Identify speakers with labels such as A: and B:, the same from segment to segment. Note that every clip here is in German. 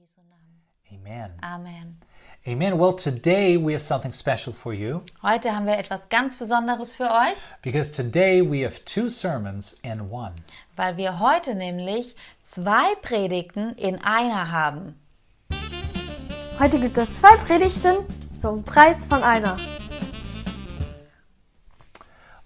A: Jesu Namen.
B: Amen.
A: Amen.
B: Amen. Well, today we have something special for you
A: Heute haben wir etwas ganz Besonderes für euch,
B: because today we have two sermons in one.
A: weil wir heute nämlich zwei Predigten in einer haben.
C: Heute gibt es zwei Predigten zum Preis von einer.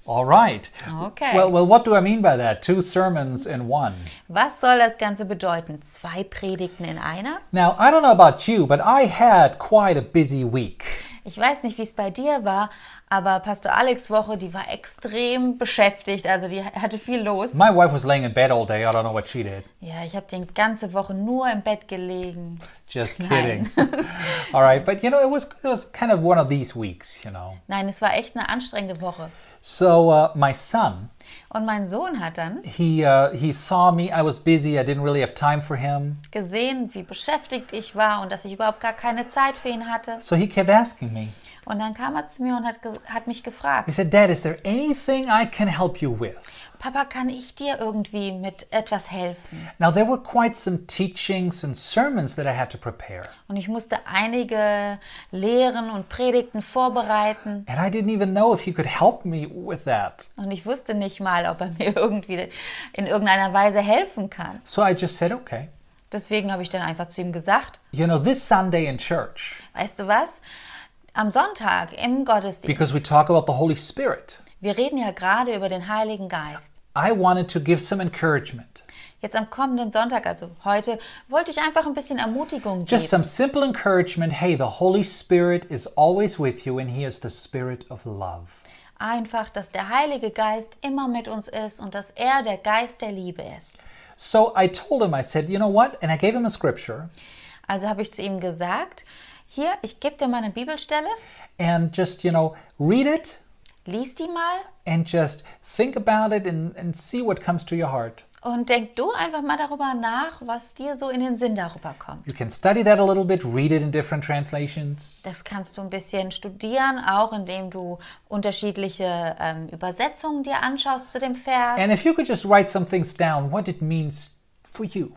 B: All right.
A: Okay.
B: Well, well, what do I mean by that? Two sermons in one.
A: Was soll das Ganze bedeuten? Zwei Predigten in einer?
B: Now, I don't know about you, but I had quite a busy week.
A: Ich weiß nicht, wie es bei dir war, aber Pastor Alex Woche, die war extrem beschäftigt, also die hatte viel los.
B: My wife was laying in bed all day. I don't know what she did.
A: Ja, ich habe die ganze Woche nur im Bett gelegen.
B: Just
A: Nein.
B: kidding. all right, but you know, it was it was kind of one of these weeks, you know.
A: Nein, es war echt eine anstrengende Woche.
B: So uh, my son,
A: Und mein Sohn hat dann
B: he uh, he saw me. I was busy. I didn't really have time for him.
A: gesehen, wie beschäftigt ich war und dass ich überhaupt gar keine Zeit für ihn hatte.
B: So he kept asking me.
A: Und dann kam er zu mir und hat, ge- hat mich
B: He
A: gefragt,
B: said, Dad, is there anything I can help you with?
A: Papa, kann ich dir irgendwie mit etwas helfen?
B: Now, there were quite some teachings and sermons that I had to prepare,
A: Und ich musste einige Lehren und Predigten vorbereiten
B: and I didn't even know if he could help me with that.
A: und ich wusste nicht mal, ob er mir irgendwie in irgendeiner Weise helfen kann.
B: So I just said, Okay,
A: Deswegen habe ich dann einfach zu ihm gesagt,
B: you know, this Sunday in church,
A: weißt du was? Am Sonntag im Gottesdienst,
B: because we talk about the Holy Spirit,
A: wir reden ja gerade über den Heiligen Geist.
B: I wanted to give some encouragement.
A: Jetzt am kommenden Sonntag, also heute, wollte ich einfach ein bisschen Ermutigung geben.
B: Just some simple encouragement. Hey, the Holy Spirit is always with you, and He is the Spirit of love.
A: Einfach, dass der Heilige Geist immer mit uns ist und dass er der Geist der Liebe ist.
B: So I told him, I said, you know what? And I gave him a scripture
A: Also habe ich zu ihm gesagt, hier, ich gebe dir mal eine Bibelstelle,
B: and just, you know, read it
A: lies die mal
B: and just think about it and, and see what comes to your heart.
A: und denk du einfach mal darüber nach, was dir so in den Sinn darüber kommt.
B: You can study that a little bit, read it in different translations.
A: Das kannst du ein bisschen studieren, auch indem du unterschiedliche ähm, Übersetzungen dir anschaust zu dem Vers.
B: And if you could just write some things down, what it means for you.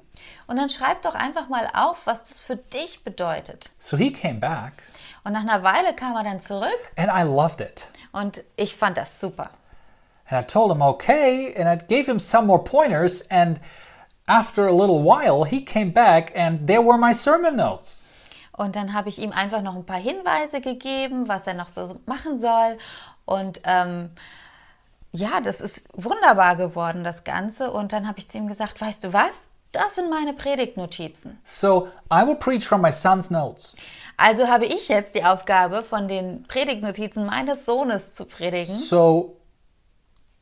A: Und dann schreib doch einfach mal auf, was das für dich bedeutet.
B: So he came back
A: Und nach einer Weile kam er dann zurück
B: and I loved it.
A: und ich fand das super.
B: And I told him, okay, and I gave him some more pointers. And after a little while, he came back and there were my sermon notes.
A: Und dann habe ich ihm einfach noch ein paar Hinweise gegeben, was er noch so machen soll. Und ähm, ja, das ist wunderbar geworden, das Ganze. Und dann habe ich zu ihm gesagt, weißt du was? Das sind meine Predigtnotizen.
B: So I will preach from my son's notes.
A: Also habe ich jetzt die Aufgabe, von den Predigtnotizen meines Sohnes zu predigen.
B: So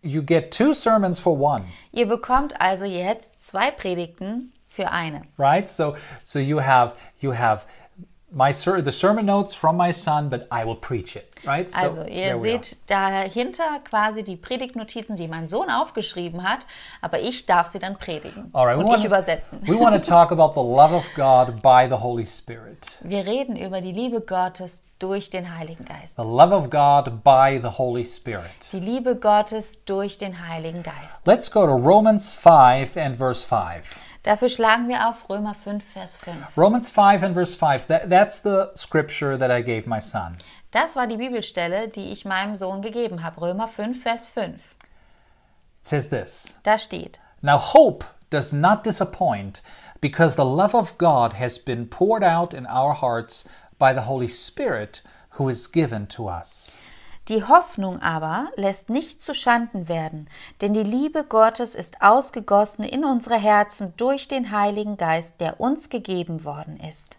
B: you get two sermons for one,
A: Ihr bekommt also jetzt zwei Predigten für eine.
B: right? So so you have you have my ser- the sermon notes from my son, but I will preach it, right? So
A: Also,
B: there
A: ihr
B: we are.
A: seht dahinter quasi die Predigtnotizen, die mein Sohn aufgeschrieben hat, aber ich darf sie dann predigen
B: All right, we
A: und
B: wanna-
A: ich übersetzen.
B: we want to talk about the love of God by the Holy Spirit.
A: Wir reden über die Liebe Gottes durch den Heiligen Geist.
B: The love of God by the Holy Spirit.
A: Die Liebe Gottes durch den Heiligen Geist.
B: Let's go to Romans 5 and verse 5.
A: Dafür schlagen wir auf Römer 5, Vers 5.
B: Romans 5 and verse 5. That, that's the scripture that I gave my son.
A: Das war die Bibelstelle, die ich meinem Sohn gegeben habe. Römer 5, Vers 5.
B: It says this.
A: Da steht,
B: Now, hope does not disappoint because the love of God has been poured out in our hearts by the Holy Spirit who is given to us.
A: Die Hoffnung aber lässt nicht zu Schanden werden, denn die Liebe Gottes ist ausgegossen in unsere Herzen durch den Heiligen Geist, der uns gegeben worden ist.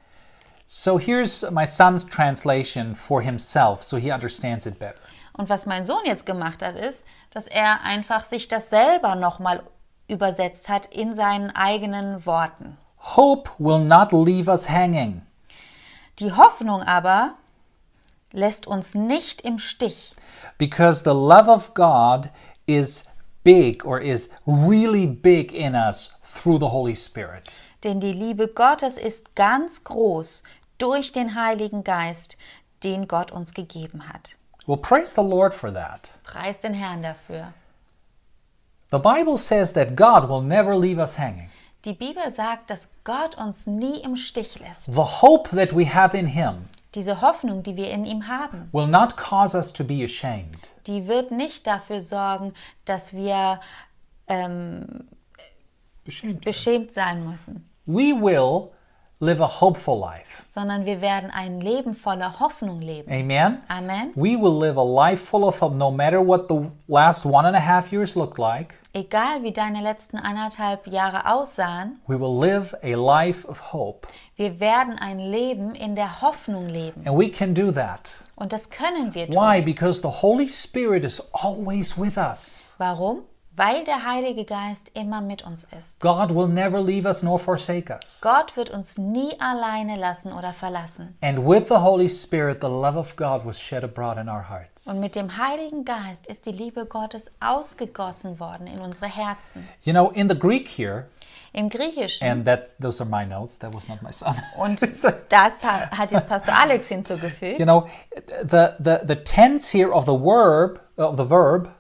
B: So, here's my son's translation for himself so he understands it better.
A: Und was mein Sohn jetzt gemacht hat, ist, dass er einfach sich das selber nochmal übersetzt hat in seinen eigenen Worten.
B: Hope will not leave us hanging.
A: Die Hoffnung aber lässt uns nicht im Stich,
B: Because the love of God is big or is really big in us through the Holy Spirit.
A: denn die Liebe Gottes ist ganz groß durch den Heiligen Geist, den Gott uns gegeben hat.
B: Well, praise the Lord for that.
A: Preis den Herrn dafür.
B: The Bible says that God will never leave us hanging.
A: Die Bibel sagt, dass Gott uns nie im Stich lässt.
B: The hope that we have in Him
A: Diese Hoffnung, die wir in ihm haben,
B: will not cause us to be ashamed.
A: die wird nicht dafür sorgen, dass wir ähm,
B: Ashamed.
A: beschämt sein müssen,
B: We will live a hopeful life.
A: sondern wir werden ein Leben voller Hoffnung leben.
B: Amen.
A: Amen.
B: We will live a life full of hope no matter what the last one and a half years looked like.
A: Egal wie deine letzten anderthalb Jahre aussahen,
B: We will live a life of hope.
A: wir werden ein Leben in der Hoffnung leben.
B: And we can do that.
A: Und das können wir tun.
B: Why? Because the Holy Spirit is always with us.
A: Warum? Weil der Heilige Geist immer mit uns ist.
B: God will never leave us nor forsake us.
A: Gott wird uns nie alleine lassen oder verlassen.
B: And with the Holy Spirit, the love of God was shed abroad in our hearts.
A: Und mit dem Heiligen Geist ist die Liebe Gottes ausgegossen worden in unsere Herzen.
B: You know, in the Greek here,
A: Im Griechischen.
B: and that's those are my notes, that was not my son.
A: Und
B: It's like-
A: das ha- hat jetzt Pastor Alex hinzugefügt.
B: you know, the, the, the tense here of the verb, of the verb,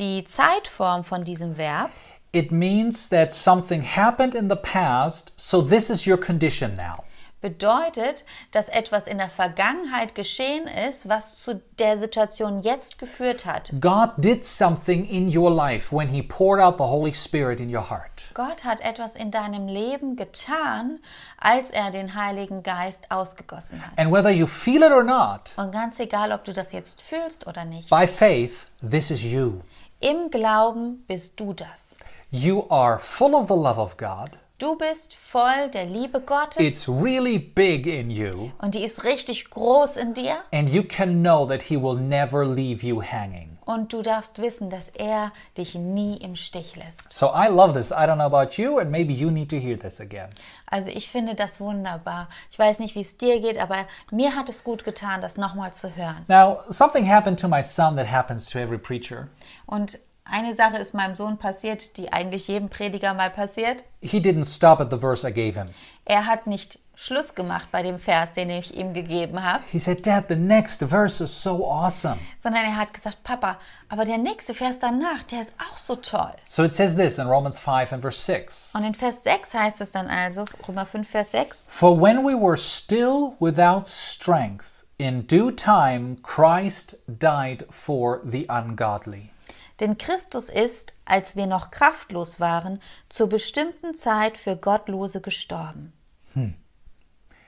A: Die Zeitform von diesem Verb
B: it means that something happened in the past, so this is your condition now.
A: bedeutet, dass etwas in der Vergangenheit geschehen ist, was zu der Situation jetzt geführt hat.
B: God did something in your life when He poured out the Holy Spirit in your heart.
A: Gott hat etwas in deinem Leben getan, als er den Heiligen Geist ausgegossen hat.
B: And whether you feel it or not,
A: Und ganz egal, ob du das jetzt fühlst oder nicht,
B: by faith, this is you.
A: im Glauben bist du das.
B: You are full of the love of God.
A: Du bist voll der Liebe Gottes
B: It's really big in you,
A: und die ist richtig groß in dir.
B: and you can know that He will never leave you hanging.
A: Und du darfst wissen, dass er dich nie im Stich lässt.
B: So I love this. I don't know about you, and maybe you need to hear this again.
A: Also ich finde das wunderbar. Ich weiß nicht, wie es dir geht, aber mir hat es gut getan, das nochmal zu hören.
B: Now, something happened to my son that happens to every preacher.
A: Und eine Sache ist meinem Sohn passiert, die eigentlich jedem Prediger mal passiert.
B: He didn't stop at the verse I gave him.
A: Er hat nicht Schluss gemacht bei dem Vers, den ich ihm gegeben habe,
B: He said, Dad, the next verse is so awesome.
A: sondern er hat gesagt, Papa, aber der nächste Vers danach, der ist auch so toll.
B: So it says this in Romans 5 and verse 6
A: Und in Vers 6 heißt es dann also, Römer 5, Vers 6,
B: For when we were still without strength, in due time Christ died for the ungodly.
A: denn Christus ist, als wir noch kraftlos waren, zur bestimmten Zeit für Gottlose gestorben.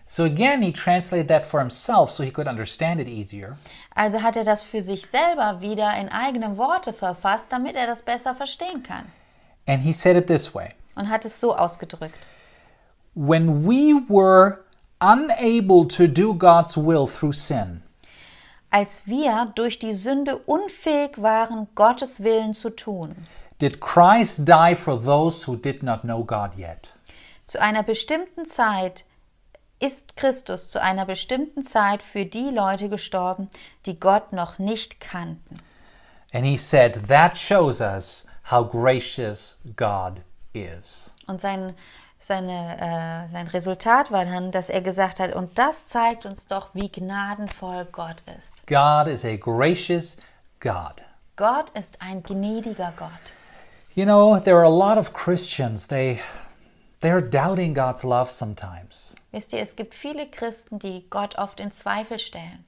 B: So again, he translated that for himself so he could understand it easier.
A: Also hat er das für sich selber wieder in eigene Worte verfasst, damit er das besser verstehen kann.
B: And he said it this way
A: Und hat es so ausgedrückt.
B: When we were unable to do God's will through sin,
A: Als wir durch die Sünde unfähig waren, Gottes Willen zu tun,
B: did Christ die for those who did not know God yet?
A: zu einer bestimmten Zeit ist Christus zu einer bestimmten Zeit für die Leute gestorben, die Gott noch nicht kannten.
B: And he said, That shows us how gracious God is.
A: Und sein, seine, äh, sein Resultat war dann, dass er gesagt hat, und das zeigt uns doch, wie gnadenvoll Gott ist.
B: God is a gracious God.
A: Gott ist ein gnädiger Gott.
B: You know, there are a lot of Christians, they they're doubting God's love sometimes.
A: Wisst ihr, es gibt viele Christen, die Gott oft in Zweifel stellen.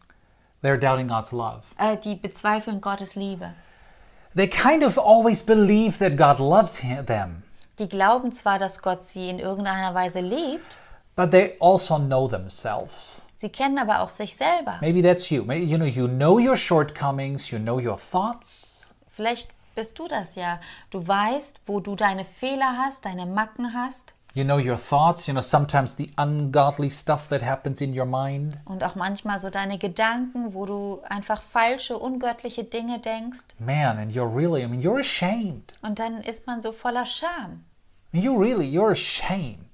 B: They're doubting God's love.
A: Äh, die bezweifeln Gottes Liebe.
B: They kind of always believe that God loves him, them,
A: Die glauben zwar, dass Gott sie in irgendeiner Weise liebt,
B: but they also know themselves.
A: sie kennen aber auch sich selber.
B: Maybe that's you. Maybe, you know, you know your shortcomings, you know your thoughts,
A: Vielleicht bist du das ja. Du weißt, wo du deine Fehler hast, deine Macken hast
B: you know your thoughts, you know sometimes the ungodly stuff that happens in your mind.
A: und auch manchmal so deine Gedanken, wo du einfach falsche, ungöttliche Dinge denkst.
B: Man, and you're really, I mean, you're ashamed.
A: Und dann ist man so voller Scham.
B: I mean, you really, you're ashamed.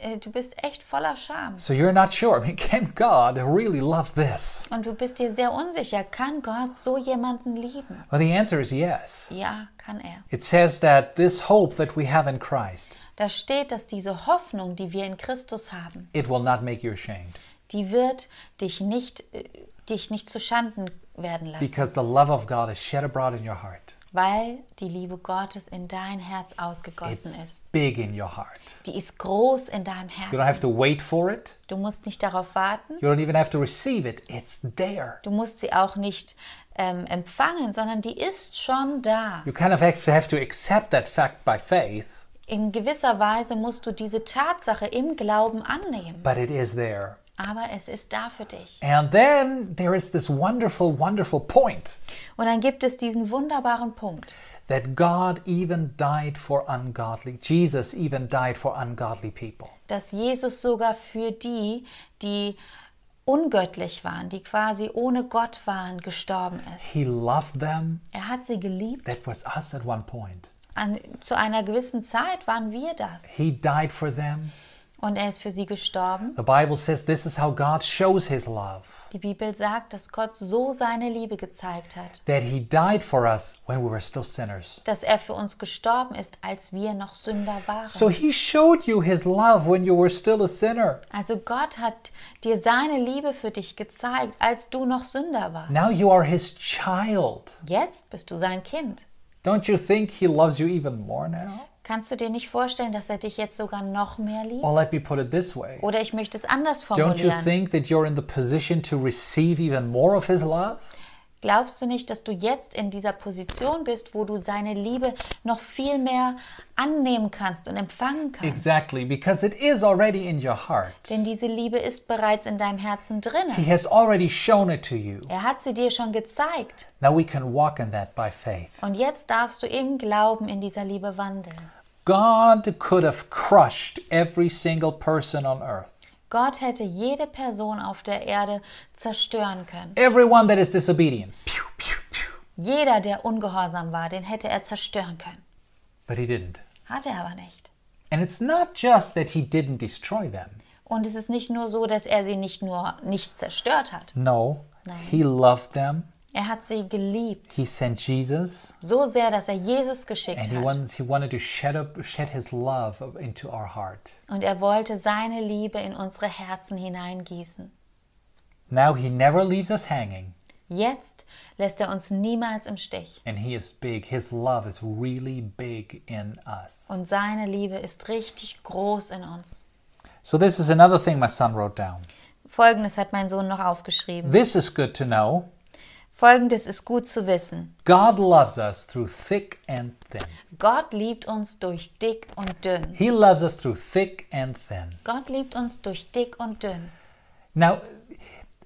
A: Äh, Du bist echt voller Scham.
B: So you're not sure. I mean, can God really love this?
A: Und du bist dir sehr unsicher, kann Gott so jemanden lieben?
B: Well, the answer is yes.
A: Ja, kann er.
B: It says that this hope that we have in Christ,
A: Da steht, dass diese Hoffnung, die wir in Christus haben,
B: it will not make you ashamed
A: die wird dich nicht, äh, dich nicht zu Schanden werden lassen,
B: because the love of God is shed abroad in your heart.
A: weil die Liebe Gottes in dein Herz ausgegossen
B: It's
A: ist.
B: big in your heart.
A: Die ist groß in deinem
B: You don't
A: Herzen.
B: have to wait for it.
A: Du musst nicht darauf warten.
B: You don't even have to receive it. It's there.
A: Du musst sie auch nicht ähm, empfangen, sondern die ist schon da.
B: You kind of have to, have to accept that fact by faith,
A: In gewisser Weise musst du diese Tatsache im Glauben annehmen.
B: but it is there.
A: Aber es ist da für dich.
B: And then there is this wonderful, wonderful point
A: Und dann gibt es diesen wunderbaren Punkt,
B: that God even died for ungodly, Jesus even died for ungodly people.
A: dass Jesus sogar für die, die ungöttlich waren, die quasi ohne Gott waren, gestorben ist.
B: He loved them.
A: Er hat sie geliebt.
B: That was us at one point.
A: An, zu einer gewissen Zeit waren wir das.
B: He died for them.
A: Und er ist für sie gestorben.
B: The Bible says this is how God shows his love
A: Die Bibel sagt, dass Gott so seine Liebe gezeigt hat,
B: that he died for us when we were still sinners.
A: dass er für uns gestorben ist, als wir noch Sünder waren.
B: So he showed you his love when you were still a sinner.
A: also Gott hat dir seine Liebe für dich gezeigt, als du noch Sünder warst.
B: Now you are his child.
A: Jetzt bist du sein Kind.
B: Don't you think he loves you even more now?
A: Kannst du dir nicht vorstellen, dass er dich jetzt sogar noch mehr liebt?
B: Or let me put it this way
A: Oder ich möchte es anders
B: Don't you
A: formulieren.
B: think that you're in the position to receive even more of his love?
A: Glaubst du nicht, dass du jetzt in dieser Position bist, wo du seine Liebe noch viel mehr annehmen kannst und empfangen kannst?
B: Exactly, because it is already in your heart.
A: Denn diese Liebe ist bereits in deinem Herzen
B: He
A: drinne.
B: has already shown it to you.
A: Er hat sie dir schon gezeigt.
B: Now we can walk in that by faith.
A: Und jetzt darfst du im Glauben in dieser Liebe wandeln.
B: God could have crushed every single person on earth.
A: Gott hätte jede Person auf der Erde zerstören können.
B: Everyone that is disobedient.
A: Jeder, der ungehorsam war, den hätte er zerstören können.
B: But he didn't.
A: Hat er aber nicht.
B: And it's not just that he didn't destroy them.
A: Und es ist nicht nur so, dass er sie nicht nur nicht zerstört hat.
B: No,
A: No.
B: he loved them.
A: Er hat sie geliebt.
B: He sent Jesus,
A: So sehr, dass er Jesus geschickt
B: and he,
A: hat.
B: wanted, he wanted to shed, up, shed his love into our heart.
A: Und er wollte seine Liebe in unsere Herzen hineingießen.
B: Now he never leaves us hanging,
A: Jetzt lässt er uns niemals im Stich.
B: and he is big. His love is really big in us.
A: Und seine Liebe ist richtig groß in uns.
B: So, this is another thing my son wrote down.
A: Folgendes hat mein Sohn noch aufgeschrieben.
B: This is good to know.
A: Folgendes ist gut zu wissen.
B: God loves us through thick and thin.
A: Gott liebt uns durch dick und dünn.
B: He loves us through thick and thin.
A: Gott liebt uns durch dick und dünn.
B: Now,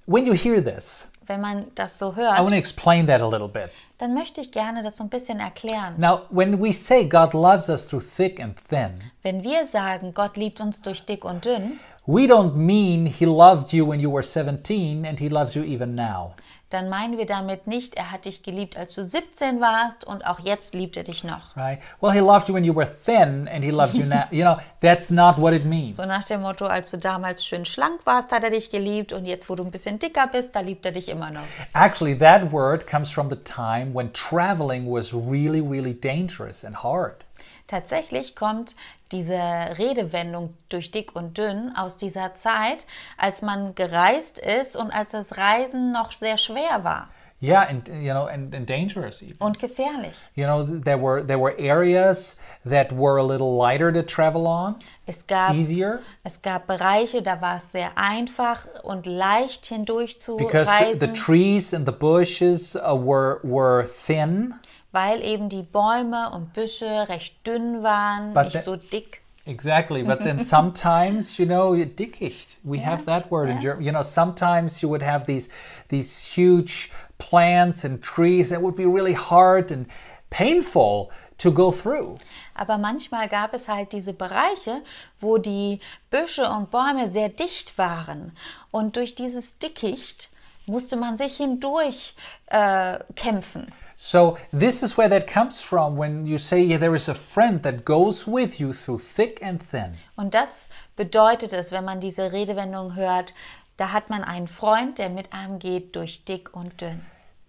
B: when you hear this,
A: Wenn man das so
B: I want
A: hört,
B: to explain that a little bit.
A: dann möchte ich gerne das so ein bisschen erklären.
B: Now, when we say God loves us through thick and thin,
A: Wenn wir sagen, Gott liebt uns durch dick und dünn,
B: we don't mean He loved you when you were 17 and He loves you even now.
A: dann meinen wir damit nicht, er hat dich geliebt, als du 17 warst und auch jetzt liebt er dich noch.
B: Right? Well, he loved you when you were thin and he loves you now. You know, that's not what it means.
A: So nach dem Motto, als du damals schön schlank warst, hat er dich geliebt und jetzt, wo du ein bisschen dicker bist, da liebt er dich immer noch.
B: Actually, that word comes from the time when traveling was really, really dangerous and hard.
A: Tatsächlich kommt diese Redewendung durch dick und dünn aus dieser Zeit, als man gereist ist und als das Reisen noch sehr schwer war
B: Yeah, and you know, and, and dangerous even.
A: und gefährlich.
B: You know, there were there were areas that were a little lighter to travel on,
A: Es gab,
B: easier,
A: es gab Bereiche, da war es sehr einfach und leicht hindurch zu
B: because the, the
A: reisen,
B: trees and the bushes uh, were were thin.
A: weil eben die Bäume und Büsche recht dünn waren,
B: But
A: nicht
B: the-
A: so dick.
B: Exactly, but then sometimes you know dickicht. We have that word in German. You know, sometimes you would have these these huge plants and trees that would be really hard and painful to go through.
A: Aber manchmal gab es halt diese Bereiche, wo die Büsche und Bäume sehr dicht waren. Und durch dieses Dickicht musste man sich hindurch äh, kämpfen.
B: So this is where that comes from when you say yeah, there is a friend that goes with you through thick and thin.
A: Und das bedeutet es, wenn man diese Redewendung hört, da hat man einen Freund, der mit einem geht durch dick und dünn.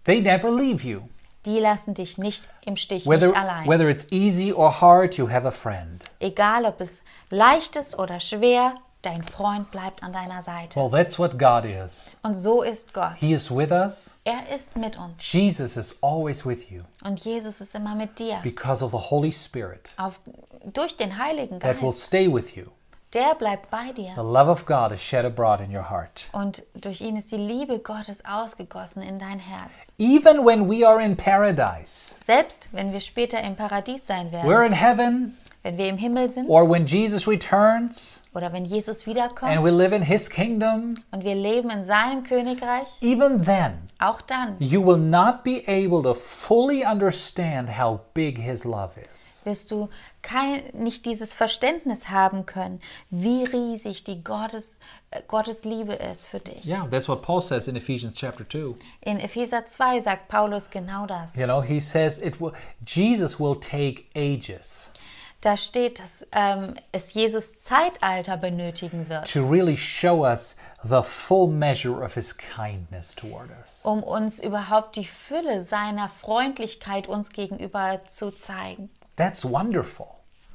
B: They never leave you.
A: Die lassen dich nicht im Stich,
B: Whether
A: nicht allein.
B: whether it's easy or hard, you have a friend.
A: Egal, ob es leicht ist oder schwer, Dein Freund bleibt an deiner Seite.
B: Well, that's what God is.
A: Und so ist Gott.
B: He is with us.
A: Er ist mit uns.
B: Jesus is always with you
A: Und Jesus ist immer mit dir.
B: because of the Holy Spirit
A: Auf, durch den Heiligen
B: that will
A: Geist.
B: stay with you.
A: Der bleibt bei
B: The
A: dir.
B: love of God is shed abroad in your heart.
A: Und durch ihn ist die Liebe Gottes ausgegossen in dein Herz.
B: Even when we are in paradise,
A: Selbst wenn wir später im Paradies sein werden,
B: we're in heaven,
A: wenn wir im Himmel sind
B: or when Jesus returns
A: oder wenn Jesus
B: and
A: wiederkommt
B: we live in his kingdom,
A: und wir leben in seinem Königreich,
B: even then,
A: auch dann
B: you will not be able to fully understand how big his love is.
A: wirst du kein, nicht dieses Verständnis haben können, wie riesig die Gottes, äh, Gottes Liebe ist für dich.
B: Yeah, that's what Paul says in Ephesians chapter 2.
A: In Epheser 2 sagt Paulus genau das.
B: You know, he says it will Jesus will take ages
A: Da steht, dass ähm, es Jesus Zeitalter benötigen wird,
B: to really show us the full measure of his kindness toward us.
A: um uns überhaupt die Fülle seiner Freundlichkeit uns gegenüber zu zeigen.
B: That's wonderful.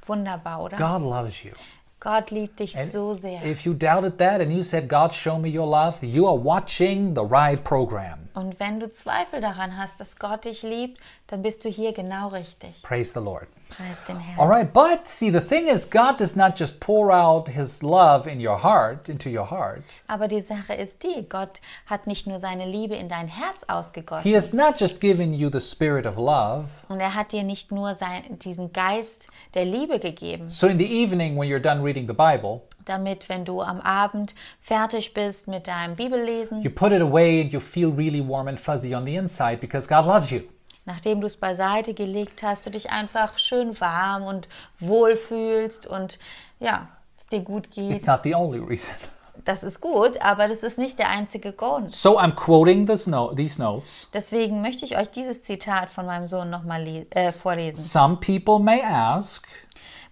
A: Wunderbar, oder?
B: God loves you.
A: Gott liebt dich
B: And
A: so sehr.
B: If you doubted that and you said, God, show me your love, you are watching the right program.
A: Und wenn du Zweifel daran hast, dass Gott dich liebt, dann bist du hier genau richtig.
B: Praise the Lord.
A: Preis den Herrn.
B: All right, but see, the thing is, God does not just pour out his love in your heart, into your heart.
A: Aber die Sache ist die, Gott hat nicht nur seine Liebe in dein Herz
B: He
A: ausgegossen
B: has not just given you the spirit of love.
A: und er hat dir nicht nur sein, diesen Geist der Liebe gegeben,
B: So in the evening, when you're done reading the Bible,
A: damit wenn du am Abend fertig bist mit deinem Bibellesen,
B: you put it away and you feel really warm and fuzzy on the inside because God loves you.
A: nachdem du es beiseite gelegt hast, du dich einfach schön warm und wohl fühlst und ja, es dir gut
B: It's
A: geht.
B: not the only reason.
A: Das ist gut, aber das ist nicht der einzige Grund.
B: So I'm quoting this note, these notes.
A: Deswegen möchte ich euch dieses Zitat von meinem Sohn nochmal äh, vorlesen.
B: Some people may ask,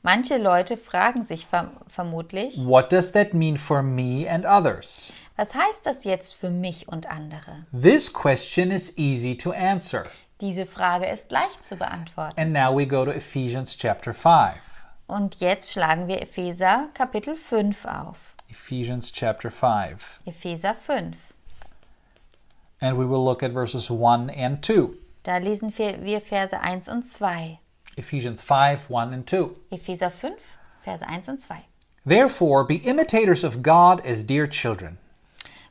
A: Manche Leute fragen sich verm vermutlich,
B: what does that mean for me and others?
A: Was heißt das jetzt für mich und andere?
B: This question is easy to answer.
A: Diese Frage ist leicht zu beantworten.
B: And now we go to Ephesians chapter 5.
A: Und jetzt schlagen wir Epheser Kapitel 5 auf.
B: Ephesians chapter 5.
A: Epheser 5.
B: And we will look at verses 1 and 2.
A: Da lesen wir wir Verse 1 und 2.
B: Ephesians 5 1 and 2.
A: Epheser 5, Verse 1 und 2.
B: Therefore, be imitators of God as dear children,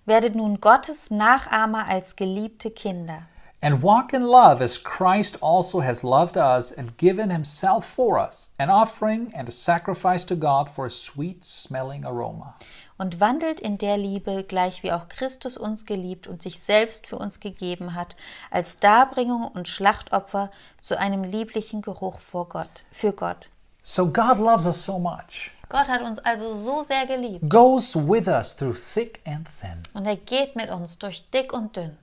A: Werdet nun Gottes Nachahmer als geliebte Kinder
B: and walk in love as Christ also has loved us and given himself for us, an offering and a sacrifice to God for a sweet smelling aroma.
A: und wandelt in der Liebe, gleich wie auch Christus uns geliebt und sich selbst für uns gegeben hat, als Darbringung und Schlachtopfer zu einem lieblichen Geruch vor Gott, für Gott.
B: So, God loves us so much,
A: Gott hat uns also so sehr geliebt
B: goes with us through thick and thin.
A: und er geht mit uns durch dick und dünn.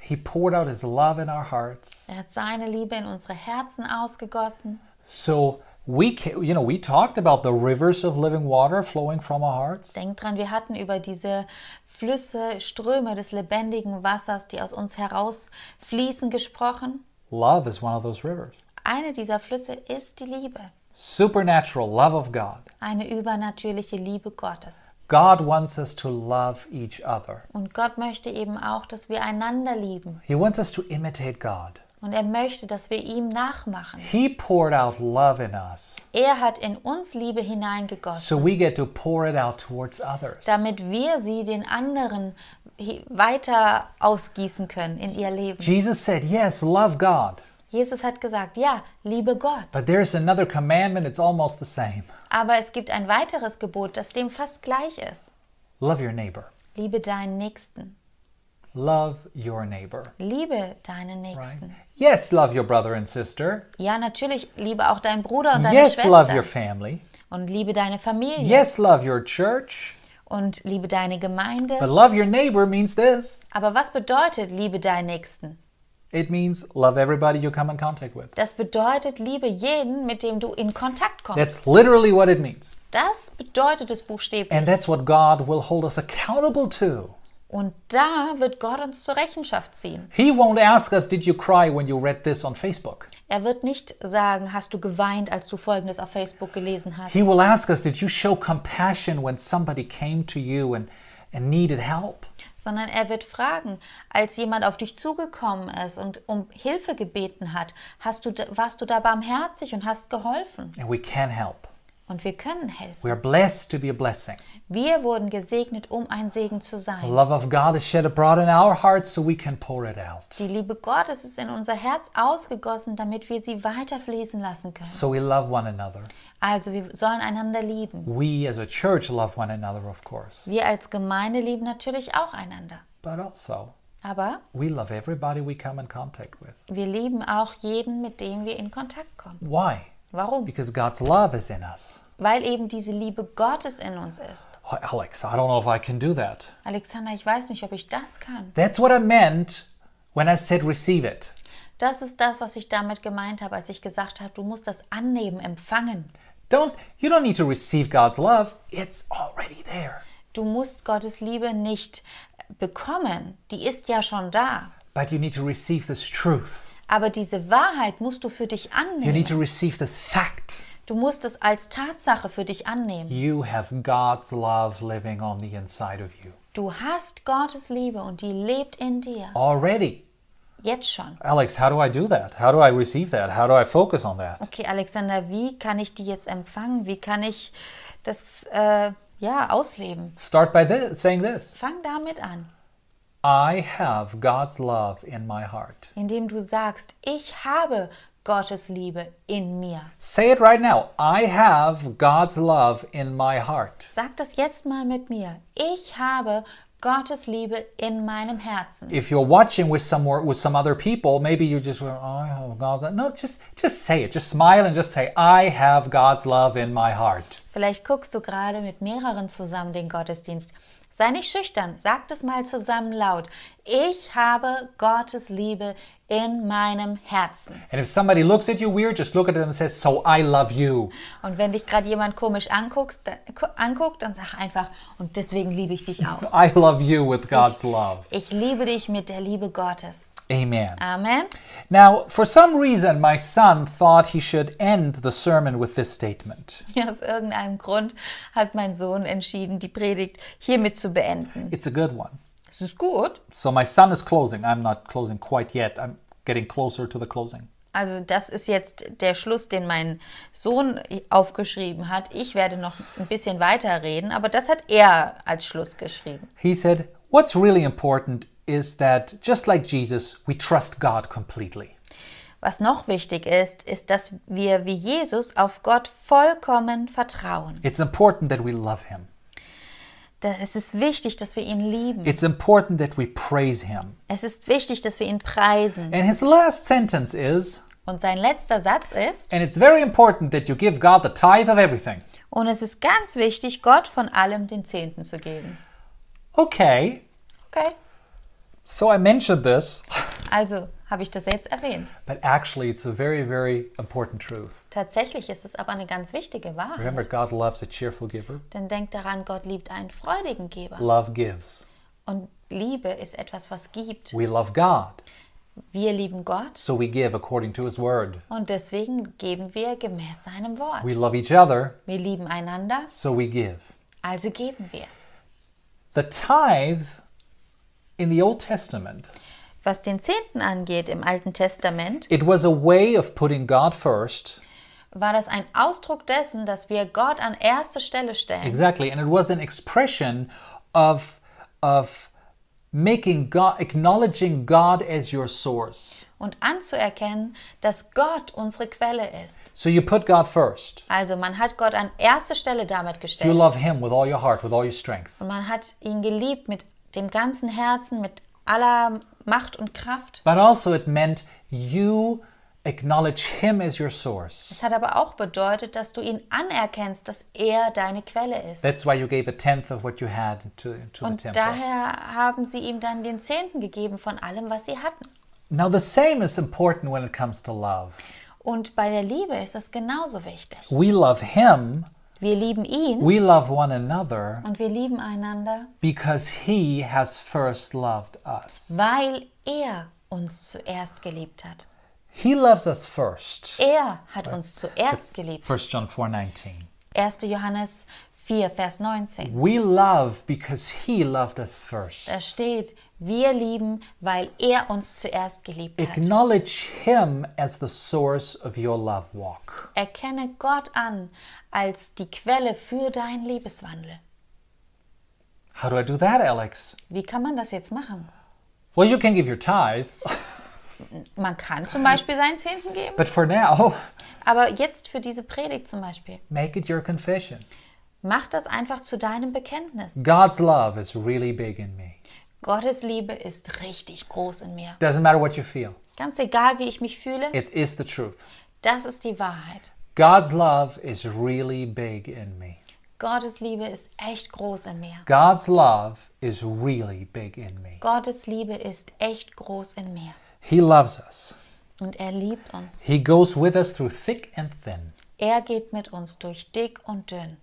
B: He poured out his love in our hearts.
A: Er hat seine Liebe in unsere Herzen ausgegossen.
B: So we ca you know we talked about the rivers of living water flowing from our hearts.
A: Denkt dran, wir hatten über diese Flüsse, Ströme des lebendigen Wassers, die aus uns herausfließen, gesprochen.
B: Love is one of those rivers.
A: Eine dieser Flüsse ist die Liebe,
B: Supernatural love of God.
A: eine übernatürliche Liebe Gottes.
B: God wants us to love each other.
A: Und Gott möchte eben auch, dass wir einander lieben.
B: He wants us to imitate God.
A: Und er möchte, dass wir ihm nachmachen.
B: He poured out love in us.
A: Er hat in uns Liebe hineingegossen.
B: So we get to pour it out towards others.
A: damit wir sie den anderen he- weiter ausgießen können in ihr Leben.
B: Jesus said, "Yes, love God."
A: Jesus hat gesagt, ja, liebe Gott,
B: But there's another commandment, it's almost the same.
A: aber es gibt ein weiteres Gebot, das dem fast gleich ist.
B: Love your neighbor.
A: Liebe deinen Nächsten,
B: Love your neighbor,
A: liebe deinen
B: right?
A: Nächsten.
B: Yes, love your brother and sister.
A: Ja, natürlich, liebe auch deinen Bruder und deine
B: Yes, love your
A: Schwester
B: family.
A: und liebe deine Familie
B: Yes, love your church.
A: und liebe deine Gemeinde.
B: But love your neighbor means this
A: Aber was bedeutet liebe deinen Nächsten?
B: it means love everybody you come in contact with.
A: Das bedeutet, liebe jeden, mit dem du in Kontakt kommst.
B: That's literally what it means.
A: Das bedeutet es buchstäblich.
B: And that's what God will hold us accountable to.
A: Und da wird Gott uns zur Rechenschaft ziehen.
B: He won't ask us, Did you cry when you read this on Facebook?
A: Er wird nicht sagen, hast du geweint, als du Folgendes auf Facebook gelesen hast.
B: He will ask us, Did you show compassion when somebody came to you and, and needed help?
A: sondern er wird fragen, als jemand auf dich zugekommen ist und um Hilfe gebeten hat, hast du, warst du da barmherzig und hast geholfen.
B: And we can help.
A: Und wir können helfen.
B: We are blessed to be a blessing.
A: Wir wurden gesegnet, um ein Segen zu
B: The
A: sein.
B: love of God is shed abroad in our hearts so we can pour it out.
A: Die Liebe Gottes ist in unser Herz ausgegossen, damit wir sie weiterfließen lassen können.
B: So we love one another.
A: Also wir sollen einander lieben.
B: We as a church love one another, of course.
A: Wir als Gemeinde lieben natürlich auch einander.
B: But also,
A: Aber
B: we love everybody we come in contact with.
A: wir lieben auch jeden, mit dem wir in Kontakt kommen.
B: Why?
A: Warum?
B: Because God's love is in us.
A: Weil eben diese Liebe Gottes in uns ist.
B: Oh, Alex, I don't know if I can do that.
A: Alexander, ich weiß nicht, ob ich das kann.
B: That's what I meant when I said receive it.
A: Das ist das, was ich damit gemeint habe, als ich gesagt habe, du musst das annehmen, empfangen.
B: Don't you don't need to receive God's love. It's already there.
A: Du musst Gottes Liebe nicht bekommen. Die ist ja schon da.
B: But you need to receive this truth.
A: Aber diese Wahrheit musst du für dich
B: You need to
A: annehmen.
B: receive this fact.
A: Du musst es als Tatsache für dich annehmen.
B: You have God's love living on the inside of you.
A: Du hast Gottes Liebe und die lebt in dir.
B: Already.
A: Jetzt schon.
B: Alex, how do I do that? How do I receive that? How do I focus on that?
A: Okay, Alexander, wie kann ich die jetzt empfangen? Wie kann ich das äh, ja ausleben?
B: Start by this, saying this
A: Fang damit an,
B: I have God's love in my heart.
A: indem du sagst, ich habe Gottes Liebe in mir.
B: Say it right now. I have God's love in my heart.
A: Sag das jetzt mal mit mir. Ich habe Gottes Liebe in meinem Herzen.
B: If you're watching with some more, with some other people, maybe you just went, I have God's love. No, just just say it. Just smile and just say, I have God's love in my heart.
A: Vielleicht guckst du gerade mit mehreren zusammen den Gottesdienst. Sei nicht schüchtern, sag das mal zusammen laut. Ich habe Gottes Liebe in meinem Herzen.
B: And if somebody looks at you weird, just look at them and say, So I love you.
A: Und wenn dich gerade jemand komisch anguckst, da- gu- anguckt, dann sag einfach, und deswegen liebe ich dich auch.
B: I love you with God's love.
A: Ich liebe dich mit der Liebe Gottes.
B: Amen.
A: Amen.
B: Now, for some reason, my son thought he should end the sermon with this statement.
A: Aus irgendeinem Grund hat mein Sohn entschieden, die Predigt hiermit zu beenden.
B: It's a good one.
A: Es ist gut.
B: So my son is closing. I'm not closing quite yet. I'm getting closer to the closing.
A: Also das ist jetzt der Schluss, den mein Sohn aufgeschrieben hat. Ich werde noch ein bisschen weiterreden, aber das hat er als Schluss geschrieben.
B: He said, What's really important is that just like Jesus, we trust God completely.
A: Was noch wichtig ist, ist, dass wir wie Jesus auf Gott vollkommen vertrauen.
B: It's important that we love him.
A: Da- Es ist wichtig, dass wir ihn lieben.
B: It's important that we praise him.
A: Es ist wichtig, dass wir ihn preisen.
B: And his last sentence is,
A: Und sein letzter Satz ist,
B: and it's very important that you give God the tithe of everything.
A: und es ist ganz wichtig, Gott von allem den Zehnten zu geben.
B: Okay,
A: Okay,
B: so I mentioned this,
A: also habe ich das jetzt erwähnt.
B: but actually it's a very, very important truth.
A: Tatsächlich ist es aber eine ganz wichtige Wahrheit.
B: Remember, God loves a cheerful giver.
A: Denn denk daran, Gott liebt einen freudigen Geber.
B: Love gives.
A: Und Liebe ist etwas, was gibt.
B: We love God,
A: Wir lieben Gott
B: so we give according to his word.
A: und deswegen geben wir gemäß seinem Wort.
B: We love each other,
A: Wir lieben einander,
B: so we give.
A: also geben wir.
B: The tithe in the Old Testament,
A: Was den Zehnten angeht im Alten Testament,
B: it was a way of putting God first.
A: war das ein Ausdruck dessen, dass wir Gott an erste Stelle stellen.
B: Exactly, and it was an expression of of making God acknowledging God as your source.
A: Und anzuerkennen, dass Gott unsere Quelle ist.
B: So you put God first.
A: Also man hat Gott an erste Stelle damit
B: You
A: gestellt.
B: love him with all your heart, with all your strength.
A: Und man hat ihn geliebt mit dem ganzen Herzen, mit aller Macht und Kraft.
B: But also it meant you acknowledge him as your source.
A: Es hat aber auch bedeutet, dass du ihn anerkennst, dass er deine Quelle ist.
B: That's why you gave a tenth of what you had to, to the
A: Und
B: temple.
A: daher haben sie ihm dann den Zehnten gegeben von allem, was sie hatten.
B: Now, the same is important when it comes to love.
A: Und bei der Liebe ist das genauso wichtig.
B: We love Him
A: Wir lieben ihn
B: We love one another
A: und wir lieben einander,
B: because he has first loved us.
A: weil er uns zuerst geliebt hat.
B: He loves us first.
A: Er hat uns zuerst geliebt.
B: 1 John 4:19.
A: 1. Johannes 4, Vers 19.
B: We love because he loved us first.
A: Da steht, wir lieben, weil er uns zuerst geliebt hat.
B: Acknowledge him as the source of your love walk.
A: Erkenne Gott an als die Quelle für deinen Liebeswandel.
B: How do I do that, Alex?
A: Wie kann man das jetzt machen?
B: Well, you can give your tithe,
A: Man kann zum Beispiel seinen Zehnten geben,
B: but for now,
A: aber jetzt für diese Predigt zum Beispiel.
B: make it your confession.
A: Mach das einfach zu deinem Bekenntnis.
B: God's love is really big in me.
A: Gottes Liebe ist richtig groß in mir.
B: Doesn't matter what you feel.
A: Ganz egal, wie ich mich fühle,
B: It is the truth.
A: das ist die Wahrheit.
B: God's love is really big in me.
A: Gottes Liebe ist echt groß in mir.
B: God's love is really big in me.
A: Gottes Liebe ist echt groß in mir.
B: He loves us.
A: Und er liebt uns.
B: He goes with us through thick and thin.
A: Er geht mit uns durch dick und dünn.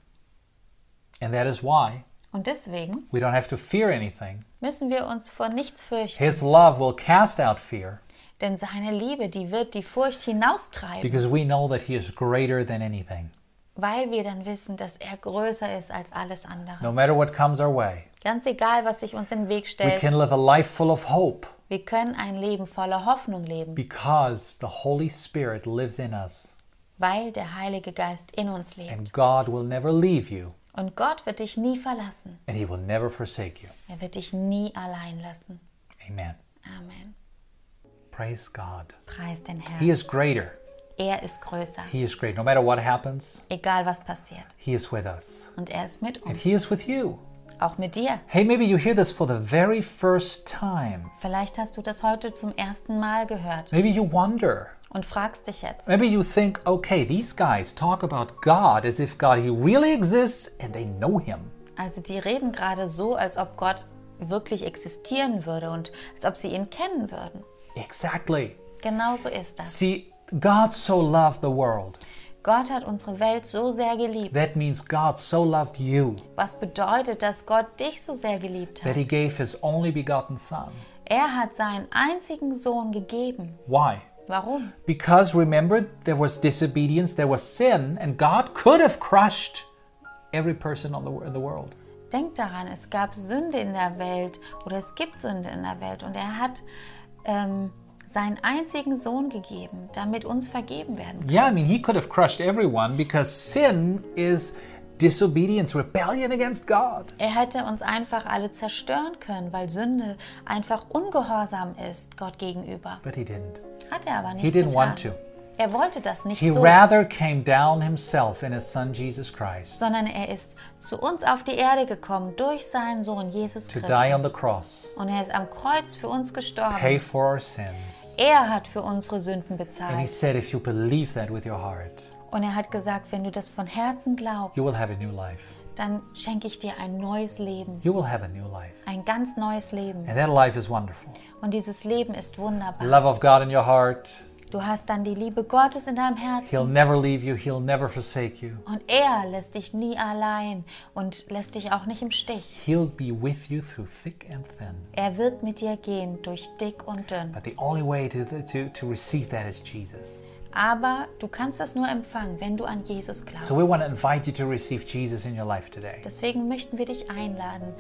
B: And that is why
A: Und deswegen
B: we don't have to fear anything.
A: müssen wir uns vor nichts fürchten,
B: His love will cast out fear
A: denn seine Liebe, die wird die Furcht hinaustreiben,
B: because we know that He is greater than anything.
A: weil wir dann wissen, dass er größer ist als alles andere.
B: No matter what comes our way,
A: Ganz egal, was sich uns in den Weg
B: we
A: stellt,
B: can live a life full of hope
A: wir können ein Leben voller Hoffnung leben,
B: because the Holy Spirit lives in us
A: weil der Heilige Geist in uns lebt.
B: and God will never leave you
A: Und Gott wird dich nie verlassen.
B: and He will never forsake you.
A: Er wird dich nie allein lassen.
B: Amen.
A: Amen.
B: Praise God.
A: Preis den
B: He
A: Herrn.
B: is greater.
A: Er ist größer,
B: He is great. No matter what happens,
A: egal was passiert.
B: He is with us
A: Und er ist mit
B: and
A: uns,
B: He is with you.
A: auch mit dir.
B: Hey, maybe you hear this for the very first time.
A: Vielleicht hast du das heute zum ersten Mal gehört
B: Maybe you wonder.
A: und fragst dich jetzt,
B: Maybe you think, okay, these guys talk about God as if God, He really exists and they know Him.
A: also die reden gerade so, als ob Gott wirklich existieren würde und als ob sie ihn kennen würden.
B: Exactly.
A: Genau so ist das.
B: See, God so loved the world.
A: Gott hat unsere Welt so sehr geliebt.
B: That means God so loved you
A: Was bedeutet, dass Gott dich so sehr geliebt
B: that He
A: hat?
B: gave His only begotten Son.
A: Er hat seinen einzigen Sohn gegeben.
B: Why?
A: Warum?
B: Because remember, there was disobedience, there was sin, and God could have crushed every person on the, in the world.
A: Denk daran, es gab Sünde in der Welt oder es gibt Sünde in der Welt und er hat ähm, seinen einzigen Sohn gegeben, damit uns vergeben werden kann.
B: Yeah, I mean, He could have crushed everyone because sin is disobedience, rebellion against God.
A: Er hätte uns einfach alle zerstören können, weil Sünde einfach ungehorsam ist Gott gegenüber.
B: But He didn't.
A: Hat er aber nicht
B: He didn't
A: getan.
B: want to.
A: Er wollte das nicht
B: He
A: so,
B: rather came down himself in his son Jesus Christ
A: sondern er ist zu uns auf die Erde gekommen durch seinen Sohn Jesus
B: to die on the
A: Christus.
B: cross,
A: Und er ist am Kreuz für uns
B: pay
A: gestorben.
B: for our sins.
A: Er hat für unsere Sünden
B: And he
A: bezahlt.
B: said, if you believe that with your heart,
A: Und er hat gesagt, wenn du das von Herzen glaubst,
B: you will have a new life.
A: dann schenke ich dir ein neues Leben,
B: You will have a new life.
A: ein ganz neues Leben.
B: And that life is wonderful.
A: Und dieses Leben ist wunderbar.
B: Love of God in your heart.
A: Du hast dann die Liebe Gottes in deinem Herzen.
B: He'll never leave you, he'll never forsake you.
A: Und er lässt dich nie allein und lässt dich auch nicht im Stich.
B: He'll be with you through thick and thin.
A: Er wird mit dir gehen durch dick und dünn.
B: But the only way to, to, to receive that is Jesus.
A: Aber du kannst das nur empfangen, wenn du an Jesus glaubst.
B: So we want to invite you to receive Jesus in your life today.
A: Deswegen möchten wir dich einladen.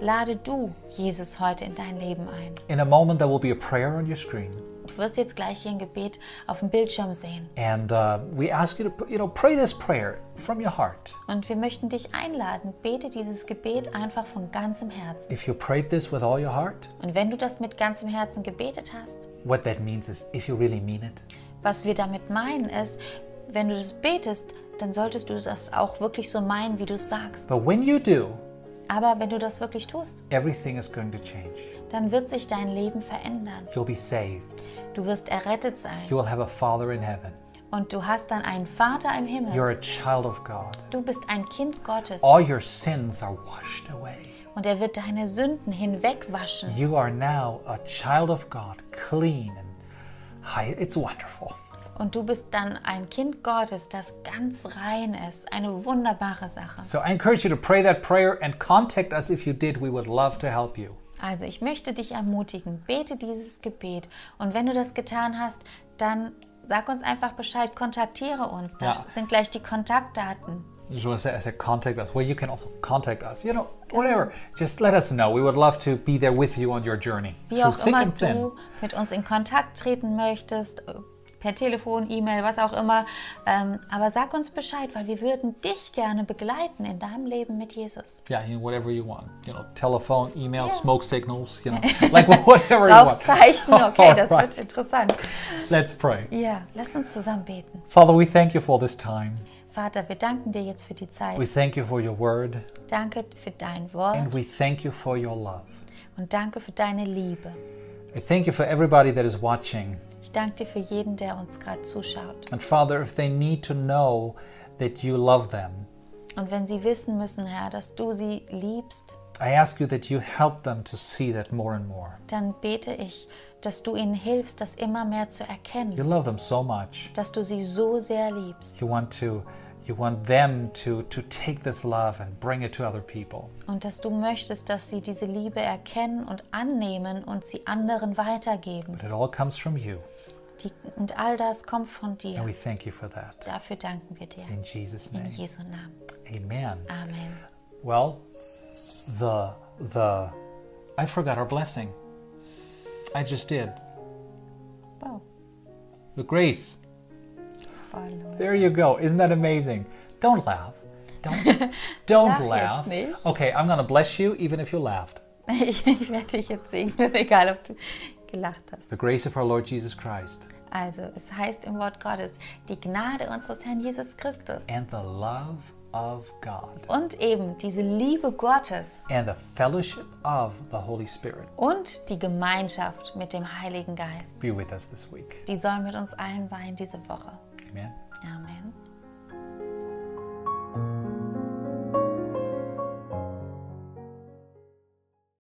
A: Lade du Jesus heute in dein Leben ein.
B: In a moment, there will be a prayer on your screen.
A: Du wirst jetzt gleich hier ein Gebet auf dem Bildschirm sehen.
B: And uh, we ask you to, you know, pray this prayer from your heart.
A: Und wir möchten dich einladen, bete dieses Gebet einfach von ganzem Herzen.
B: If you prayed this with all your heart,
A: Und wenn du das mit ganzem Herzen gebetet hast,
B: what that means is if you really mean it,
A: Was wir damit meinen ist, wenn du das betest, dann solltest du das auch wirklich so meinen, wie du es sagst.
B: but when you do,
A: Aber wenn du das wirklich tust,
B: everything is going to change.
A: dann wird sich dein Leben verändern.
B: You'll be saved.
A: Du wirst errettet sein
B: You will have a Father in heaven.
A: und du hast dann einen Vater im Himmel.
B: You're a child of God.
A: Du bist ein Kind Gottes
B: All your sins are washed away.
A: und er wird deine Sünden hinwegwaschen.
B: You are now a child of God, clean and high. It's wonderful.
A: Und du bist dann ein Kind Gottes, das ganz rein ist. Eine wunderbare Sache.
B: So I encourage you to pray that prayer and contact us if you did. We would love to help you.
A: Also ich möchte dich ermutigen, bete dieses Gebet. Und wenn du das getan hast, dann sag uns einfach Bescheid, kontaktiere uns. Da
B: Ja.
A: sind gleich die Kontaktdaten.
B: Joel said, I said, contact us. Well, you can also contact us. You know, whatever. Just let us know. We would love to be there with you on your journey.
A: Wie auch immer du mit uns in Kontakt treten möchtest, per Telefon, E-Mail, was auch immer. Ähm, aber sag uns Bescheid, weil wir würden dich gerne begleiten in deinem Leben mit Jesus.
B: Yeah, you know, whatever you want. You know, telephone, email,
A: Yeah.
B: smoke signals, you know, like whatever you want.
A: Rauchzeichen, okay, das
B: Alright,
A: wird interessant.
B: Let's pray.
A: Ja, lass uns zusammen beten.
B: Father, we thank you for this time.
A: Vater, wir danken dir jetzt für die Zeit.
B: We thank you for your word.
A: Danke für dein Wort
B: And we thank you for your love.
A: und danke für deine Liebe.
B: I thank you for everybody that is watching.
A: Ich danke dir für jeden, der uns gerade zuschaut.
B: And Father, if they need to know that you love them,
A: Und wenn sie wissen müssen, Herr, dass du sie liebst,
B: I ask you that you help them to see that more and more.
A: dann bete ich, dass du ihnen hilfst, das immer mehr zu
B: You
A: erkennen,
B: love them so much.
A: dass du sie so sehr liebst
B: You want to you want them to to take this love and bring it to other people.
A: und dass du möchtest, dass sie diese Liebe erkennen und annehmen und sie anderen weitergeben.
B: But it all comes from you.
A: Die, und all das kommt von
B: And
A: dir.
B: we thank you for that.
A: Dafür danken wir dir.
B: In Jesus'
A: In
B: name.
A: Jesu Namen.
B: Amen.
A: Amen.
B: Well, the the I forgot our blessing. I just did.
A: Wow,
B: The grace.
A: voll.
B: There you go. Isn't that amazing? Don't laugh. Don't don't
A: Laugh
B: laugh.
A: jetzt nicht.
B: Okay, I'm gonna bless you even if you laughed.
A: Ich, ich werde dich jetzt segnen, egal ob du gelacht hast.
B: The grace of our Lord Jesus Christ
A: Also, es heißt im Wort Gottes, die Gnade unseres Herrn Jesus Christus
B: and the love of God
A: und eben diese Liebe Gottes
B: and the fellowship of the Holy Spirit
A: und die Gemeinschaft mit dem Heiligen Geist,
B: be with us this week.
A: die soll mit uns allen sein diese Woche.
B: Amen.
A: Amen.